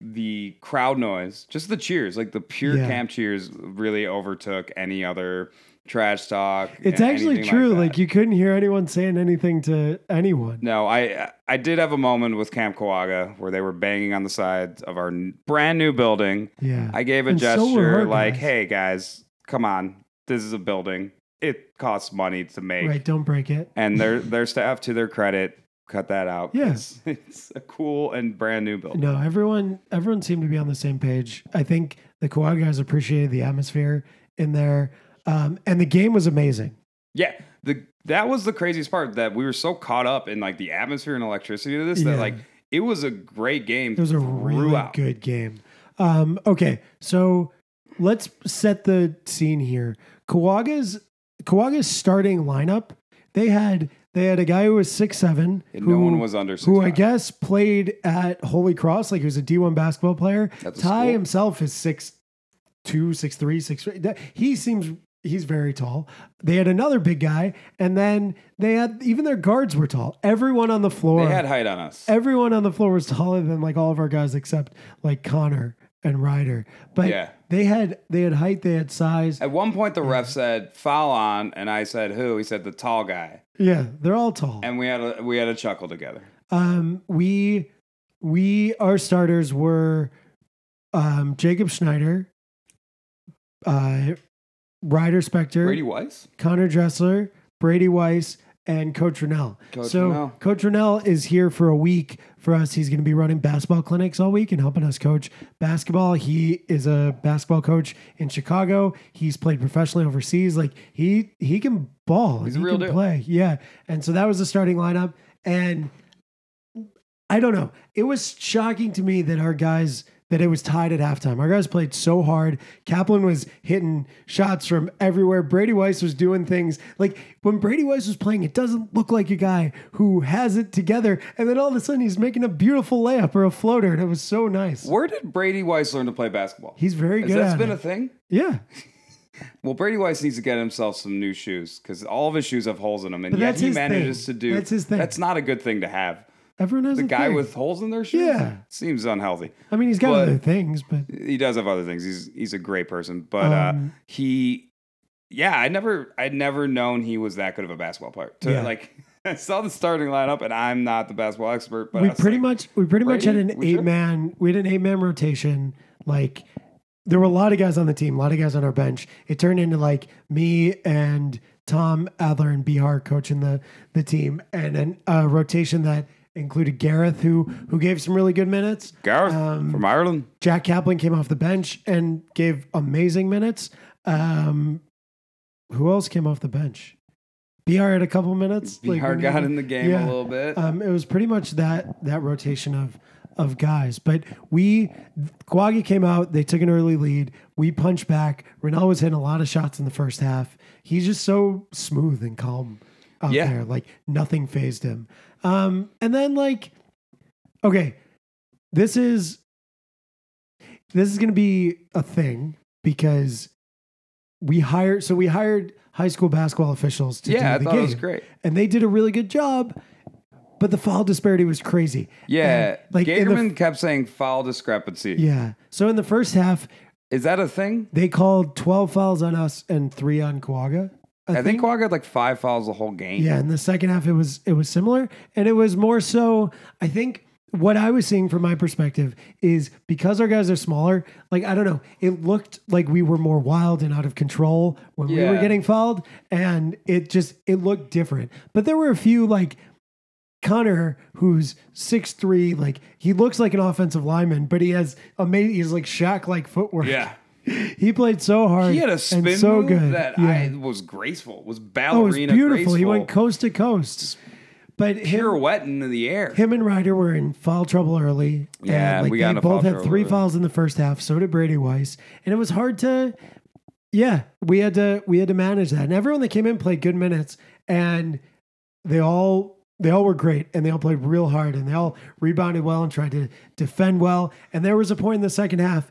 [SPEAKER 2] the crowd noise, just the cheers, like the pure
[SPEAKER 1] Yeah.
[SPEAKER 2] camp cheers, really overtook any other trash talk.
[SPEAKER 1] It's
[SPEAKER 2] and
[SPEAKER 1] actually
[SPEAKER 2] anything
[SPEAKER 1] true.
[SPEAKER 2] that.
[SPEAKER 1] Like, you couldn't hear anyone saying anything to anyone.
[SPEAKER 2] no, I I did have a moment with Camp Kawaga where they were banging on the sides of our n- brand new building.
[SPEAKER 1] Yeah.
[SPEAKER 2] I gave a
[SPEAKER 1] And so were
[SPEAKER 2] gesture
[SPEAKER 1] her
[SPEAKER 2] like,
[SPEAKER 1] guys.
[SPEAKER 2] "Hey guys, come on, this is a building. It costs money to make."
[SPEAKER 1] right. Don't break it.
[SPEAKER 2] And their their staff, to their credit, cut that out.
[SPEAKER 1] Yeah.
[SPEAKER 2] Yes, it's a cool and brand new building.
[SPEAKER 1] No, everyone, everyone seemed to be on the same page. I think the Kawhi guys appreciated the atmosphere in there. Um, and the game was amazing.
[SPEAKER 2] Yeah, the that was the craziest part that we were so caught up in like the atmosphere and electricity of this
[SPEAKER 1] Yeah.
[SPEAKER 2] that like it was a great game.
[SPEAKER 1] It was a really
[SPEAKER 2] throughout.
[SPEAKER 1] good game. Um, okay, so let's set the scene here. Kawaga's Kawaga's starting lineup. They had they had a guy who was six seven,
[SPEAKER 2] And
[SPEAKER 1] who,
[SPEAKER 2] no one was under six.
[SPEAKER 1] who I
[SPEAKER 2] five.
[SPEAKER 1] guess played at Holy Cross, like he was a D one basketball player.
[SPEAKER 2] At the
[SPEAKER 1] Ty
[SPEAKER 2] school.
[SPEAKER 1] himself is six two, six three, six three. That- He seems he's very tall. They had another big guy, and then they had even their guards were tall. Everyone on the floor
[SPEAKER 2] They had height on us.
[SPEAKER 1] everyone on the floor was taller than like all of our guys except like Connor and Ryder. But
[SPEAKER 2] Yeah.
[SPEAKER 1] they had they had height, they had size.
[SPEAKER 2] At one point, the
[SPEAKER 1] Mm-hmm.
[SPEAKER 2] ref said foul on, and I said who? He said the tall guy,
[SPEAKER 1] Yeah, they're all tall.
[SPEAKER 2] and we had a we had a chuckle together.
[SPEAKER 1] Um, we we our starters were um, Jacob Schneider, uh, Ryder Spector,
[SPEAKER 2] Brady Weiss.
[SPEAKER 1] Connor Dressler, Brady Weiss, and Coach Rennell.
[SPEAKER 2] Coach
[SPEAKER 1] so
[SPEAKER 2] Rennell.
[SPEAKER 1] Coach Rennell is here for a week for us. He's going to be running basketball clinics all week and helping us coach basketball. He is a basketball coach in Chicago. He's played professionally overseas. Like he he can ball.
[SPEAKER 2] He's a
[SPEAKER 1] he
[SPEAKER 2] real
[SPEAKER 1] can
[SPEAKER 2] deal.
[SPEAKER 1] play. Yeah. And so that was the starting lineup. And I don't know. It was shocking to me that our guys that it was tied at halftime. Our guys played so hard. Kaplan was hitting shots from everywhere. Brady Weiss was doing things like when Brady Weiss was playing, it doesn't look like a guy who has it together. And then all of a sudden, he's making a beautiful layup or a floater, and it was so nice.
[SPEAKER 2] Where did Brady Weiss learn to play basketball?
[SPEAKER 1] He's very
[SPEAKER 2] Has
[SPEAKER 1] good.
[SPEAKER 2] that
[SPEAKER 1] at
[SPEAKER 2] been
[SPEAKER 1] it.
[SPEAKER 2] a thing?
[SPEAKER 1] yeah,
[SPEAKER 2] Well, Brady Weiss needs to get himself some new shoes because all of his shoes have holes in them, and
[SPEAKER 1] But
[SPEAKER 2] yet
[SPEAKER 1] that's
[SPEAKER 2] he
[SPEAKER 1] his
[SPEAKER 2] manages
[SPEAKER 1] thing.
[SPEAKER 2] to do.
[SPEAKER 1] That's his thing.
[SPEAKER 2] That's not a good thing to have.
[SPEAKER 1] everyone has
[SPEAKER 2] The
[SPEAKER 1] a
[SPEAKER 2] guy
[SPEAKER 1] thing.
[SPEAKER 2] with holes in their shoes.
[SPEAKER 1] Yeah.
[SPEAKER 2] seems unhealthy.
[SPEAKER 1] I mean, he's got
[SPEAKER 2] But-
[SPEAKER 1] other things, but
[SPEAKER 2] He does have other things. He's he's a great person, but uh,
[SPEAKER 1] Um,
[SPEAKER 2] he, yeah, I never I'd never known he was that good of a basketball player. To,
[SPEAKER 1] Yeah.
[SPEAKER 2] Like I saw the starting lineup, and I'm not the basketball expert, but
[SPEAKER 1] we
[SPEAKER 2] I was
[SPEAKER 1] pretty
[SPEAKER 2] like,
[SPEAKER 1] much we pretty much had
[SPEAKER 2] Brady,
[SPEAKER 1] an
[SPEAKER 2] we
[SPEAKER 1] eight
[SPEAKER 2] sure?
[SPEAKER 1] man we had an eight man rotation. Like there were a lot of guys on the team, a lot of guys on our bench. It turned into like me and Tom Adler and Bihar coaching the the team, and then a rotation that included Gareth, who who gave some really good minutes.
[SPEAKER 2] Gareth
[SPEAKER 1] um,
[SPEAKER 2] from Ireland.
[SPEAKER 1] Jack Kaplan came off the bench and gave amazing minutes. Um, who else came off the bench? Bihar had a couple minutes.
[SPEAKER 2] He hard
[SPEAKER 1] when
[SPEAKER 2] got
[SPEAKER 1] he-
[SPEAKER 2] in the game
[SPEAKER 1] yeah.
[SPEAKER 2] a little bit.
[SPEAKER 1] um, it was pretty much that that rotation of of guys. But we Kwagi came out, they took an early lead. We punched back. Ronaldo was hitting a lot of shots in the first half. He's just so smooth and calm out
[SPEAKER 2] Yeah.
[SPEAKER 1] there. Like nothing phased him. Um, and then like okay, this is this is gonna be a thing because we hired so we hired high school basketball officials to
[SPEAKER 2] yeah, I
[SPEAKER 1] do the
[SPEAKER 2] thought
[SPEAKER 1] game
[SPEAKER 2] it was great.
[SPEAKER 1] and they did a really good job, but the foul disparity was crazy.
[SPEAKER 2] Yeah,
[SPEAKER 1] And, like in the-
[SPEAKER 2] Gagerman kept saying foul discrepancy.
[SPEAKER 1] yeah. So in the first half,
[SPEAKER 2] Is that a thing?
[SPEAKER 1] they called twelve fouls on us and three on Quagga.
[SPEAKER 2] I, think Quagga had like five fouls the whole game.
[SPEAKER 1] Yeah, in the second half it was it was similar, and it was more so. I think what I was seeing from my perspective is because our guys are smaller. Like I don't know, it looked like we were more wild and out of control when we were
[SPEAKER 2] Yeah.
[SPEAKER 1] getting fouled, and it just it looked different. But there were a few like. Connor, who's 6'3", like he looks like an offensive lineman, but he has amazing, he's like shock like footwork.
[SPEAKER 2] Yeah.
[SPEAKER 1] He played so hard.
[SPEAKER 2] He had a
[SPEAKER 1] and
[SPEAKER 2] spin
[SPEAKER 1] so
[SPEAKER 2] move
[SPEAKER 1] good.
[SPEAKER 2] that
[SPEAKER 1] yeah.
[SPEAKER 2] I was graceful, was
[SPEAKER 1] Oh, it was
[SPEAKER 2] ballerina
[SPEAKER 1] beautiful.
[SPEAKER 2] graceful.
[SPEAKER 1] He went coast to coast. But him,
[SPEAKER 2] pirouette into the air.
[SPEAKER 1] him and Ryder were in foul trouble early.
[SPEAKER 2] Yeah,
[SPEAKER 1] and, like,
[SPEAKER 2] we got
[SPEAKER 1] they
[SPEAKER 2] into foul
[SPEAKER 1] both had
[SPEAKER 2] trouble
[SPEAKER 1] three
[SPEAKER 2] early.
[SPEAKER 1] fouls in the first half. So did Brady Weiss, and it was hard to. Yeah, we had to we had to manage that, and everyone that came in played good minutes, and they all they all were great, and they all played real hard, and they all rebounded well and tried to defend well. And there was a point in the second half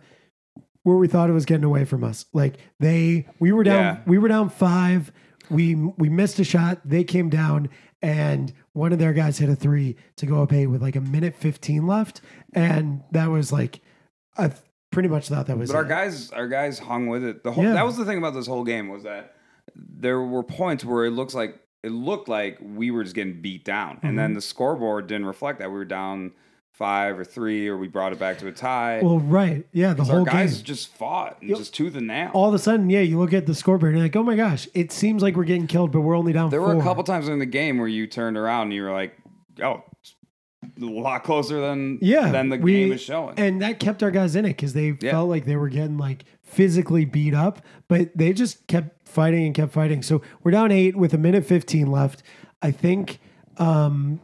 [SPEAKER 1] where we thought it was getting away from us. Like they, we were down,
[SPEAKER 2] Yeah.
[SPEAKER 1] we were down five. We we missed a shot. They came down, and one of their guys hit a three to go up eight with like a minute fifteen left, and that was like, I th- pretty much thought that was.
[SPEAKER 2] But our
[SPEAKER 1] it.
[SPEAKER 2] guys, our guys hung with it. The whole
[SPEAKER 1] Yeah.
[SPEAKER 2] that was the thing about this whole game was that there were points where it looks like it looked like we were just getting beat down, and
[SPEAKER 1] Mm-hmm.
[SPEAKER 2] then the scoreboard didn't reflect that we were down five or three, or we brought it back to a tie.
[SPEAKER 1] well, right, yeah, the
[SPEAKER 2] our
[SPEAKER 1] whole game.
[SPEAKER 2] guys just fought and just tooth and nail.
[SPEAKER 1] All of a sudden, yeah, you look at the scoreboard and you're like, oh my gosh, it seems like we're getting killed, but we're only down.
[SPEAKER 2] there
[SPEAKER 1] four.
[SPEAKER 2] were a couple times in the game where you turned around and you were like, "Oh, it's a lot closer than
[SPEAKER 1] Yeah,
[SPEAKER 2] than the
[SPEAKER 1] we-
[SPEAKER 2] game is showing."
[SPEAKER 1] and that kept our guys in it because they
[SPEAKER 2] Yeah.
[SPEAKER 1] felt like they were getting like physically beat up, but they just kept fighting and kept fighting. So we're down eight with a minute fifteen left. I think um,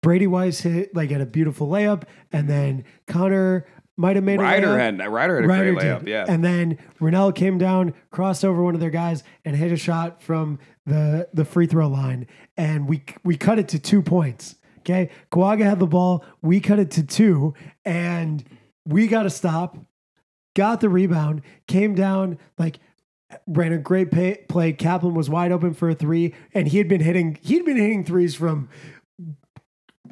[SPEAKER 1] Brady Weiss hit like at a beautiful layup, and then Connor might have made a
[SPEAKER 2] Ryder
[SPEAKER 1] layup.
[SPEAKER 2] had Ryder had a
[SPEAKER 1] Ryder
[SPEAKER 2] great layup.
[SPEAKER 1] did.
[SPEAKER 2] Yeah,
[SPEAKER 1] And then Rennell came down, crossed over one of their guys, and hit a shot from the the free throw line. And we we cut it to two points. Okay. Kawaga had the ball. We cut it to two. And we got a stop, got the rebound, came down, like ran a great pay, play. Kaplan was wide open for a three, and he had been hitting he'd been hitting threes from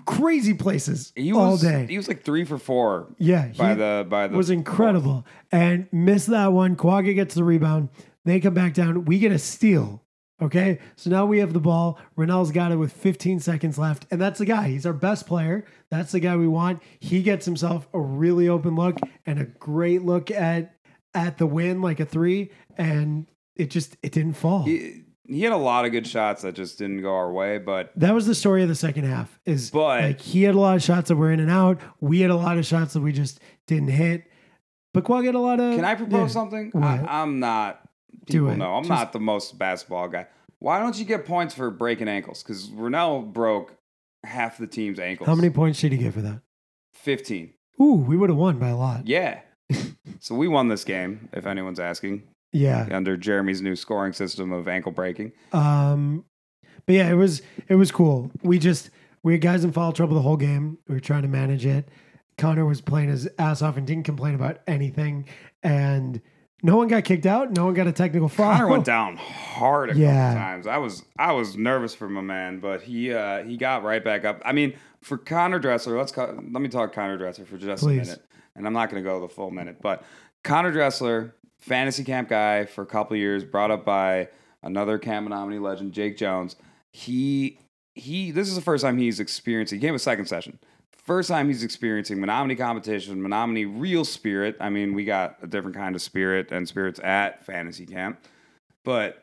[SPEAKER 1] crazy places
[SPEAKER 2] he
[SPEAKER 1] all
[SPEAKER 2] was
[SPEAKER 1] day.
[SPEAKER 2] he was like three for four
[SPEAKER 1] yeah.
[SPEAKER 2] by
[SPEAKER 1] he-
[SPEAKER 2] the by the
[SPEAKER 1] was incredible and missed that one. Kwaga gets the rebound. They come back down. We get a steal. Okay. So now we have the ball. Renal's got it with 15 seconds left. And that's the guy. He's our best player. That's the guy we want. He gets himself a really open look and a great look at at the win, like a three. And it just it didn't fall.
[SPEAKER 2] He, he had a lot of good shots that just didn't go our way, but
[SPEAKER 1] that was the story of the second half. Is
[SPEAKER 2] But-
[SPEAKER 1] like he had a lot of shots that were in and out. We had a lot of shots that we just didn't hit. But Quag had a lot of
[SPEAKER 2] Can I
[SPEAKER 1] yeah.
[SPEAKER 2] propose something?
[SPEAKER 1] What?
[SPEAKER 2] I, I'm not.
[SPEAKER 1] Do
[SPEAKER 2] People
[SPEAKER 1] it.
[SPEAKER 2] know I'm
[SPEAKER 1] Just-
[SPEAKER 2] not the most basketball guy. Why don't you get points for breaking ankles? Because Ronell broke half the team's ankles.
[SPEAKER 1] How many points did he get for that?
[SPEAKER 2] Fifteen.
[SPEAKER 1] Ooh, we would have won by a lot.
[SPEAKER 2] Yeah. so we won this game. If anyone's asking,
[SPEAKER 1] Yeah.
[SPEAKER 2] under Jeremy's new scoring system of ankle breaking.
[SPEAKER 1] Um, but yeah, it was it was cool. We just we had guys in foul trouble the whole game. We were trying to manage it. Connor was playing his ass off and didn't complain about anything. And no one got kicked out. No one got a technical foul.
[SPEAKER 2] Connor went down hard a
[SPEAKER 1] Yeah.
[SPEAKER 2] couple times. I was I was nervous for my man, but he uh, he got right back up. I mean, for Connor Dresser, let's co- let me talk Connor Dresser for just a
[SPEAKER 1] Please.
[SPEAKER 2] minute, and I'm not going to go the full minute, but Connor Dressler, fantasy camp guy for a couple years, brought up by another camp nominee legend, Jake Jones. He he. This is the first time he's experiencing. He came a second session. First time he's experiencing Menominee competition, Menominee real spirit. I mean, we got a different kind of spirit and spirits at fantasy camp, but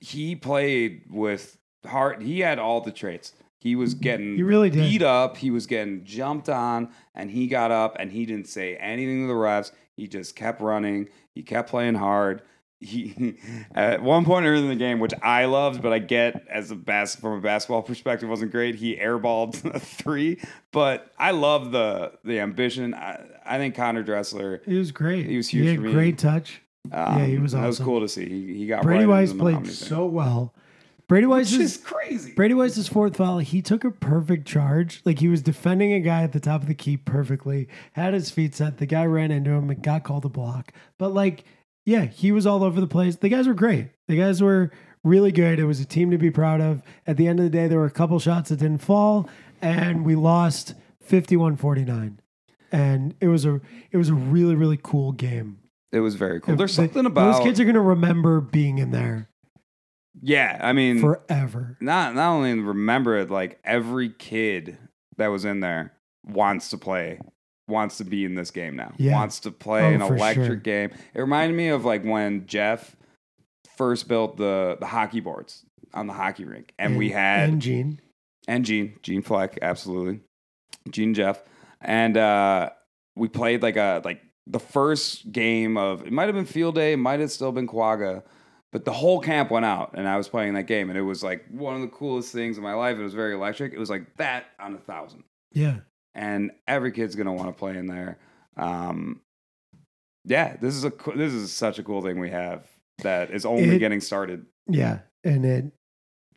[SPEAKER 2] he played with heart. He had all the traits. He was getting
[SPEAKER 1] He really did.
[SPEAKER 2] beat up. He was getting jumped on, and he got up and he didn't say anything to the refs. He just kept running. He kept playing hard. He at one point early in the game, which I loved, but I get as a bas- from a basketball perspective wasn't great. He airballed a three, but I love the the ambition. I, I think Connor Dressler.
[SPEAKER 1] It was great.
[SPEAKER 2] He was
[SPEAKER 1] He
[SPEAKER 2] huge
[SPEAKER 1] had
[SPEAKER 2] for me.
[SPEAKER 1] great touch.
[SPEAKER 2] Um,
[SPEAKER 1] Yeah, he was
[SPEAKER 2] That was
[SPEAKER 1] awesome.
[SPEAKER 2] cool to see. He, he got
[SPEAKER 1] Brady
[SPEAKER 2] right
[SPEAKER 1] Wise
[SPEAKER 2] into the
[SPEAKER 1] played
[SPEAKER 2] Menominee thing.
[SPEAKER 1] so well. Brady Wise
[SPEAKER 2] Which
[SPEAKER 1] is
[SPEAKER 2] is crazy.
[SPEAKER 1] Brady Wise's fourth foul, he took a perfect charge. Like he was defending a guy at the top of the key perfectly, had his feet set. The guy ran into him and got called a block. But like, yeah, he was all over the place. The guys were great. The guys were really good. It was a team to be proud of. At the end of the day, there were a couple shots that didn't fall, and we lost 51 49. And it was a it was a really, really cool game.
[SPEAKER 2] It was very cool. There's
[SPEAKER 1] They-
[SPEAKER 2] something about
[SPEAKER 1] those kids are gonna remember being in there
[SPEAKER 2] yeah. I mean,
[SPEAKER 1] forever.
[SPEAKER 2] not not only remember it, like every kid that was in there wants to play, wants to be in this game now,
[SPEAKER 1] Yeah.
[SPEAKER 2] wants to play
[SPEAKER 1] Oh,
[SPEAKER 2] an
[SPEAKER 1] for
[SPEAKER 2] electric
[SPEAKER 1] sure.
[SPEAKER 2] game. It reminded me of like when Jeff first built the the hockey boards on the hockey rink, and, we had
[SPEAKER 1] and Gene.
[SPEAKER 2] and Gene, Gene Fleck, absolutely, Gene Jeff, and uh, we played like a like the first game of it might have been Field Day, it might have still been Quagga, but the whole camp went out, and I was playing that game, and it was like one of the coolest things in my life. It was very electric. It was like that on a thousand,
[SPEAKER 1] Yeah.
[SPEAKER 2] and every kid's gonna want to play in there. Um, yeah, this is a co- this is such a cool thing we have that is only
[SPEAKER 1] It-
[SPEAKER 2] getting started.
[SPEAKER 1] Yeah, and it.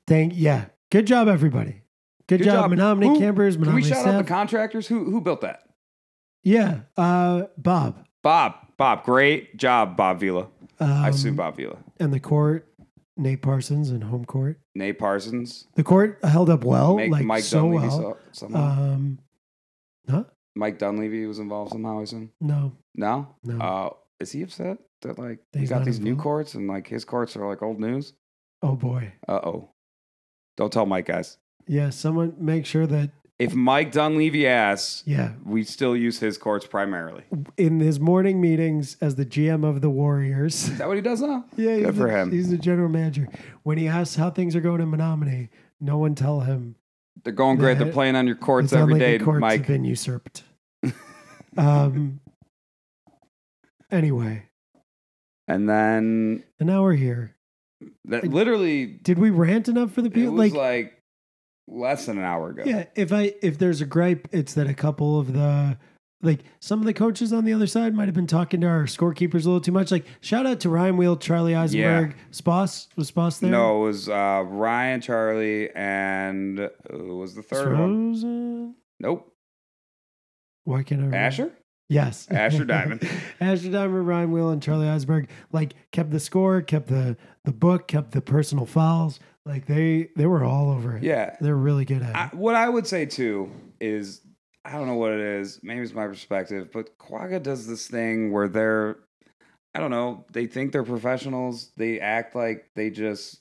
[SPEAKER 1] Thank yeah. Good job, everybody. Good,
[SPEAKER 2] Good
[SPEAKER 1] job,
[SPEAKER 2] job.
[SPEAKER 1] Menominee
[SPEAKER 2] Who-
[SPEAKER 1] campers,
[SPEAKER 2] Can we
[SPEAKER 1] Menominee
[SPEAKER 2] shout out
[SPEAKER 1] staff.
[SPEAKER 2] the contractors who who built that?
[SPEAKER 1] yeah, uh, Bob.
[SPEAKER 2] Bob, Bob, great job, Bob Vila.
[SPEAKER 1] Um,
[SPEAKER 2] I assume Bob Vila.
[SPEAKER 1] And the court, Nate Parsons and home court.
[SPEAKER 2] Nate Parsons.
[SPEAKER 1] The court held up well,
[SPEAKER 2] Make-
[SPEAKER 1] oh, like
[SPEAKER 2] Mike
[SPEAKER 1] so
[SPEAKER 2] Dunleavy
[SPEAKER 1] well.
[SPEAKER 2] so- somehow.
[SPEAKER 1] Um,
[SPEAKER 2] Mike Dunleavy was involved somehow, I assume.
[SPEAKER 1] no,
[SPEAKER 2] No?
[SPEAKER 1] no.
[SPEAKER 2] Uh, is he upset that like he
[SPEAKER 1] He's
[SPEAKER 2] got
[SPEAKER 1] not
[SPEAKER 2] these new
[SPEAKER 1] involved?
[SPEAKER 2] courts and like his courts are like old news?
[SPEAKER 1] oh boy.
[SPEAKER 2] Uh oh. Don't tell Mike guys.
[SPEAKER 1] Yeah, someone make sure that
[SPEAKER 2] If Mike Dunleavy asks,
[SPEAKER 1] yeah.
[SPEAKER 2] we still use his courts primarily.
[SPEAKER 1] In his morning meetings as the GM of the Warriors.
[SPEAKER 2] Is that what he does now?
[SPEAKER 1] Yeah, he's
[SPEAKER 2] Good for
[SPEAKER 1] the,
[SPEAKER 2] him.
[SPEAKER 1] He's the general manager. When he asks how things are going in Menominee, no one tell him
[SPEAKER 2] They're going great. They're
[SPEAKER 1] Yeah.
[SPEAKER 2] playing on your courts
[SPEAKER 1] It sounds
[SPEAKER 2] every
[SPEAKER 1] like
[SPEAKER 2] day,
[SPEAKER 1] the courts
[SPEAKER 2] Mike.
[SPEAKER 1] have been usurped. um. Anyway,
[SPEAKER 2] And then
[SPEAKER 1] and now we're here.
[SPEAKER 2] that literally
[SPEAKER 1] Did we rant enough for the
[SPEAKER 2] it was
[SPEAKER 1] people?
[SPEAKER 2] like, uh,
[SPEAKER 1] Like,
[SPEAKER 2] less than an hour ago.
[SPEAKER 1] yeah. If I if there's a gripe, it's that a couple of the like some of the coaches on the other side might have been talking to our scorekeepers a little too much. Like shout out to Ryan Wheel, Charlie Eisenberg, Sposs was Sposs there.
[SPEAKER 2] No, it was uh, Ryan, Charlie, and who was the third one?
[SPEAKER 1] Rosen?
[SPEAKER 2] Nope.
[SPEAKER 1] Why can't I? remember?
[SPEAKER 2] Asher?
[SPEAKER 1] Yes.
[SPEAKER 2] Asher Diamond.
[SPEAKER 1] Asher Diamond, Ryan Wheel, and Charlie Eisberg like kept the score, kept the the book, kept the personal fouls. Like they they were all over it.
[SPEAKER 2] Yeah.
[SPEAKER 1] They're really good at
[SPEAKER 2] I,
[SPEAKER 1] it.
[SPEAKER 2] what I would say too is I don't know what it is. Maybe it's my perspective, but Quagga does this thing where they're I don't know. They think they're professionals. They act like they just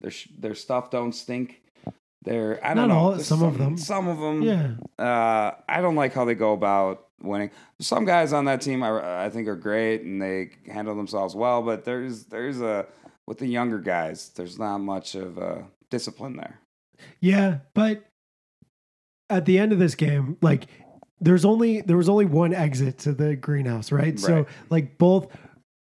[SPEAKER 2] their sh- their stuff don't stink. They're I
[SPEAKER 1] Not
[SPEAKER 2] don't know.
[SPEAKER 1] all,
[SPEAKER 2] There's
[SPEAKER 1] some of them.
[SPEAKER 2] Some of them.
[SPEAKER 1] yeah.
[SPEAKER 2] Uh, I don't like how they go about winning. Some guys on that team, I, I think, are great and they handle themselves well. But there's there's a with the younger guys, there's not much of uh discipline there.
[SPEAKER 1] Yeah, but at the end of this game, like there's only there was only one exit to the greenhouse, right? So
[SPEAKER 2] Right.
[SPEAKER 1] like both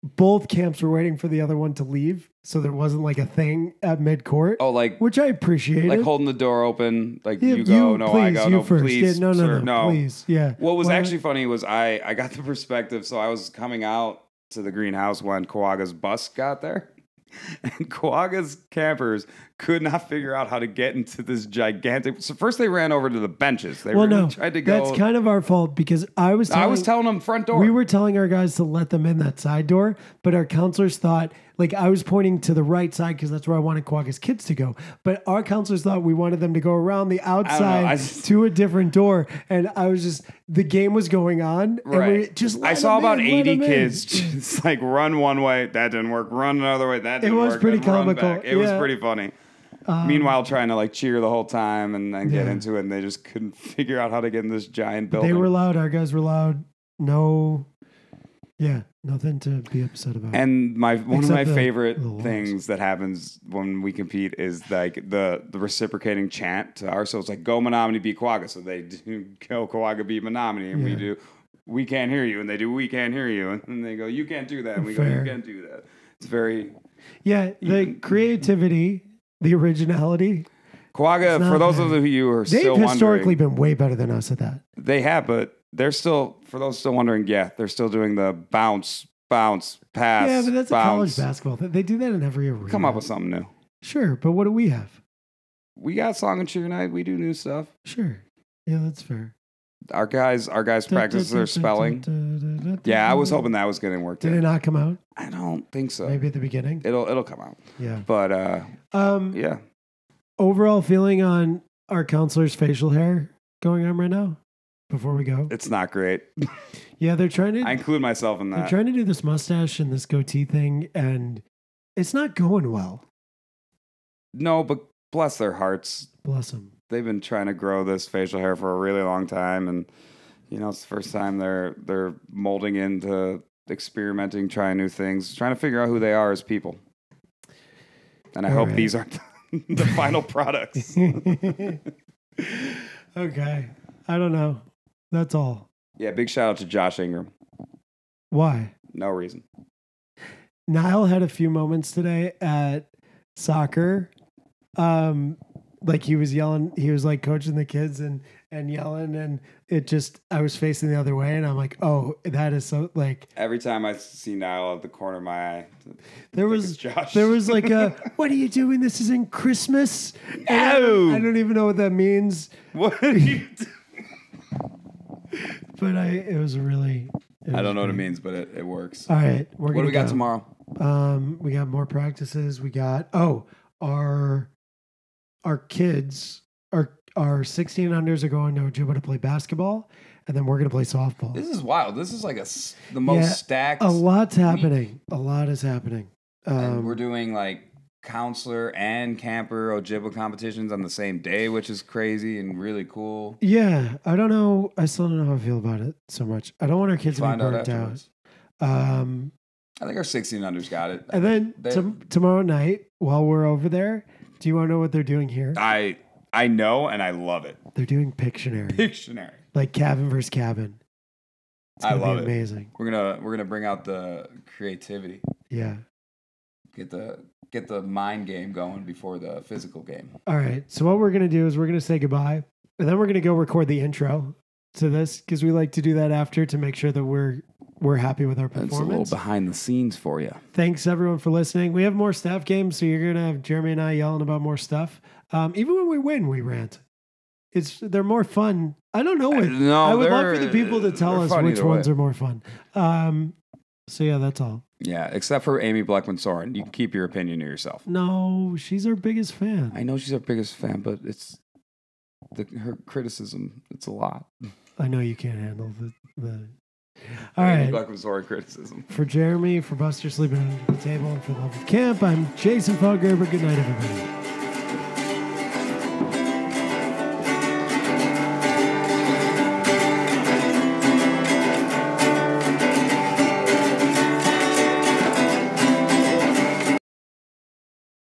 [SPEAKER 1] both camps were waiting for the other one to leave, so there wasn't like a thing at mid court,
[SPEAKER 2] Oh, like
[SPEAKER 1] which I appreciated.
[SPEAKER 2] like holding the door open, like
[SPEAKER 1] Yeah,
[SPEAKER 2] you go, no, I go,
[SPEAKER 1] you
[SPEAKER 2] no,
[SPEAKER 1] first.
[SPEAKER 2] please,
[SPEAKER 1] Yeah, no, no,
[SPEAKER 2] sir,
[SPEAKER 1] no, please, yeah.
[SPEAKER 2] What was
[SPEAKER 1] Well,
[SPEAKER 2] actually funny was I I got the perspective, so I was coming out to the greenhouse when Kawaga's bus got there. And Kawaga's campers could not figure out how to get into this gigantic. So first they ran over to the benches. They
[SPEAKER 1] Well,
[SPEAKER 2] really
[SPEAKER 1] no,
[SPEAKER 2] tried to go.
[SPEAKER 1] that's kind of our fault because I was telling,
[SPEAKER 2] I was telling them front door.
[SPEAKER 1] We were telling our guys to let them in that side door, but our counselors thought, like, I was pointing to the right side because that's where I wanted Quagga's kids to go. But our counselors thought we wanted them to go around the
[SPEAKER 2] I
[SPEAKER 1] outside
[SPEAKER 2] just-
[SPEAKER 1] to a different door. And I was just, the game was going on. And we
[SPEAKER 2] right.
[SPEAKER 1] just let
[SPEAKER 2] I saw
[SPEAKER 1] them
[SPEAKER 2] about
[SPEAKER 1] in, let
[SPEAKER 2] 80
[SPEAKER 1] them in.
[SPEAKER 2] kids just like run one way, that didn't work. Run another way, that didn't work.
[SPEAKER 1] was pretty
[SPEAKER 2] then run
[SPEAKER 1] comical,
[SPEAKER 2] back. It was
[SPEAKER 1] yeah. Um,
[SPEAKER 2] pretty funny. Meanwhile, trying to like cheer the whole time and then get
[SPEAKER 1] Yeah.
[SPEAKER 2] into it, and they just couldn't figure out how to get in this giant building.
[SPEAKER 1] They were loud. Our guys were loud. No, yeah, nothing to be upset about.
[SPEAKER 2] And my one
[SPEAKER 1] Except
[SPEAKER 2] of my
[SPEAKER 1] the-
[SPEAKER 2] favorite
[SPEAKER 1] the laws.
[SPEAKER 2] things that happens when we compete is like the the reciprocating chant to ourselves, like "Go Menominee, beat Quagga." So they do "Go Quagga, beat Menominee," and we
[SPEAKER 1] Yeah.
[SPEAKER 2] do "We can't hear you," and they do "We can't hear you," and then they go "You can't do that," and we go
[SPEAKER 1] Fair.
[SPEAKER 2] "You can't do that." It's very
[SPEAKER 1] yeah, the creativity, the originality,
[SPEAKER 2] Quagga.
[SPEAKER 1] It's
[SPEAKER 2] For
[SPEAKER 1] not
[SPEAKER 2] those
[SPEAKER 1] bad.
[SPEAKER 2] of you who are
[SPEAKER 1] they've
[SPEAKER 2] still
[SPEAKER 1] historically
[SPEAKER 2] wondering,
[SPEAKER 1] been way better than us at that.
[SPEAKER 2] they have, but they're still for those still wondering. Yeah, they're still doing the bounce, bounce, pass,
[SPEAKER 1] Yeah, but that's a college
[SPEAKER 2] bounce.
[SPEAKER 1] basketball. thing. They do that in every arena.
[SPEAKER 2] Come up with something new.
[SPEAKER 1] sure, but what do we have?
[SPEAKER 2] We got song and cheer night. We do new stuff.
[SPEAKER 1] Sure, yeah, that's fair.
[SPEAKER 2] Our guys, our guys practice their spelling. Yeah, I was hoping that was going to work.
[SPEAKER 1] Did it
[SPEAKER 2] out.
[SPEAKER 1] not come out?
[SPEAKER 2] I don't think so.
[SPEAKER 1] Maybe at the beginning.
[SPEAKER 2] It'll it'll come out.
[SPEAKER 1] Yeah.
[SPEAKER 2] But uh,
[SPEAKER 1] Um.
[SPEAKER 2] yeah,
[SPEAKER 1] Overall feeling on our counselor's facial hair going on right now. Before we go,
[SPEAKER 2] it's not great.
[SPEAKER 1] yeah, they're trying to
[SPEAKER 2] I include myself in
[SPEAKER 1] they're
[SPEAKER 2] that.
[SPEAKER 1] trying to do this mustache and this goatee thing, and it's not going well.
[SPEAKER 2] No, but bless their hearts.
[SPEAKER 1] Bless them.
[SPEAKER 2] They've been trying to grow this facial hair for a really long time, and you know it's the first time they're they're molding into experimenting, trying new things, trying to figure out who they are as people. And I
[SPEAKER 1] All
[SPEAKER 2] hope
[SPEAKER 1] right.
[SPEAKER 2] these aren't the final products.
[SPEAKER 1] okay, I don't know. That's all.
[SPEAKER 2] Yeah, big shout out to Josh Ingram.
[SPEAKER 1] Why?
[SPEAKER 2] No reason.
[SPEAKER 1] Niall had a few moments today at soccer. Um, like he was yelling, he was like coaching the kids and and yelling, and it just I was facing the other way, and I'm like, oh, that is so like
[SPEAKER 2] Every time I see Niall at the corner of my eye,
[SPEAKER 1] there
[SPEAKER 2] Think it's
[SPEAKER 1] was
[SPEAKER 2] Josh.
[SPEAKER 1] there was like a what are you doing? This isn't Christmas. And I-
[SPEAKER 2] No.
[SPEAKER 1] I don't even know what that means,
[SPEAKER 2] what are you doing?
[SPEAKER 1] but I it was really. it
[SPEAKER 2] I
[SPEAKER 1] was
[SPEAKER 2] don't know what it
[SPEAKER 1] great.
[SPEAKER 2] means, but it, it works.
[SPEAKER 1] All right, we're
[SPEAKER 2] What do
[SPEAKER 1] gonna
[SPEAKER 2] we got
[SPEAKER 1] go.
[SPEAKER 2] tomorrow?
[SPEAKER 1] Um, we got more practices. We got oh our our kids our our sixteen unders are going to Ajuba to play basketball, and then we're gonna play softball.
[SPEAKER 2] This is wild. This is like a s- the most
[SPEAKER 1] Yeah,
[SPEAKER 2] stacked.
[SPEAKER 1] a lot's happening. A lot is happening.
[SPEAKER 2] and
[SPEAKER 1] Um,
[SPEAKER 2] we're doing like counselor and camper Ojibwa competitions on the same day, which is crazy and really cool.
[SPEAKER 1] yeah, I don't know. I still don't know how I feel about it so much. I don't want our kids to be
[SPEAKER 2] Find out
[SPEAKER 1] burnt out.
[SPEAKER 2] afterwards.
[SPEAKER 1] Um,
[SPEAKER 2] I think our 16 unders got it.
[SPEAKER 1] and then
[SPEAKER 2] They-
[SPEAKER 1] tom- tomorrow night, while we're over there, do you want to know what they're doing here?
[SPEAKER 2] I I know and I love it.
[SPEAKER 1] They're doing Pictionary,
[SPEAKER 2] Dictionary.
[SPEAKER 1] like cabin versus cabin. It's
[SPEAKER 2] I
[SPEAKER 1] gonna
[SPEAKER 2] love
[SPEAKER 1] be
[SPEAKER 2] it.
[SPEAKER 1] amazing.
[SPEAKER 2] We're gonna we're gonna bring out the creativity.
[SPEAKER 1] Yeah.
[SPEAKER 2] Get the get the mind game going before the physical game.
[SPEAKER 1] All right. So what we're gonna do is we're gonna say goodbye, and then we're gonna go record the intro to this because we like to do that after to make sure that we're we're happy with our
[SPEAKER 2] It's a little
[SPEAKER 1] performance.
[SPEAKER 2] behind the scenes for you.
[SPEAKER 1] Thanks everyone for listening. We have more staff games, so you're gonna have Jeremy and I yelling about more stuff. Um, even when we win, we rant. It's they're more fun. I don't know what.
[SPEAKER 2] No,
[SPEAKER 1] I would love
[SPEAKER 2] they're-
[SPEAKER 1] for the people to tell
[SPEAKER 2] they're eh?
[SPEAKER 1] us
[SPEAKER 2] fun
[SPEAKER 1] which
[SPEAKER 2] either way.
[SPEAKER 1] ones are more fun. Um, so yeah, that's all.
[SPEAKER 2] Yeah, except for Amy Blackman Soren. You can keep your opinion to yourself.
[SPEAKER 1] No, she's our biggest fan.
[SPEAKER 2] I know she's our biggest fan, but it's the, her criticism. It's a lot.
[SPEAKER 1] I know you can't handle the. the... All
[SPEAKER 2] Amy
[SPEAKER 1] right.
[SPEAKER 2] Blackman Soren criticism.
[SPEAKER 1] For Jeremy, for Buster sleeping under the table, and for the love of camp, I'm Jason Foggerber. Good night, everybody.